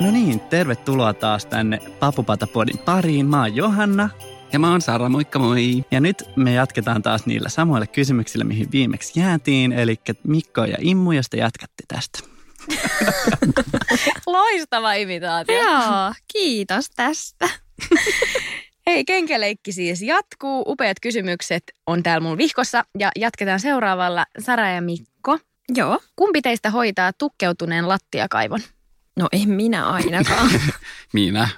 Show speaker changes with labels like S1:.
S1: No niin, tervetuloa taas tänne Papupatapodin pariin. Mä oon Johanna.
S2: Ja mä oon Sara, moikka moi.
S1: Ja nyt me jatketaan taas niillä samoilla kysymyksillä, mihin viimeksi jäätiin. Eli Mikko ja Immu, jos te jatkatte tästä.
S3: Loistava imitaatio.
S4: Joo, kiitos tästä.
S3: Hei, kenkäleikki siis jatkuu. Upeat kysymykset on täällä mun vihkossa ja jatketaan seuraavalla Sara ja Mikko.
S4: Joo.
S3: Kumpi teistä hoitaa tukkeutuneen lattiakaivon?
S4: No en minä ainakaan.
S2: Minä,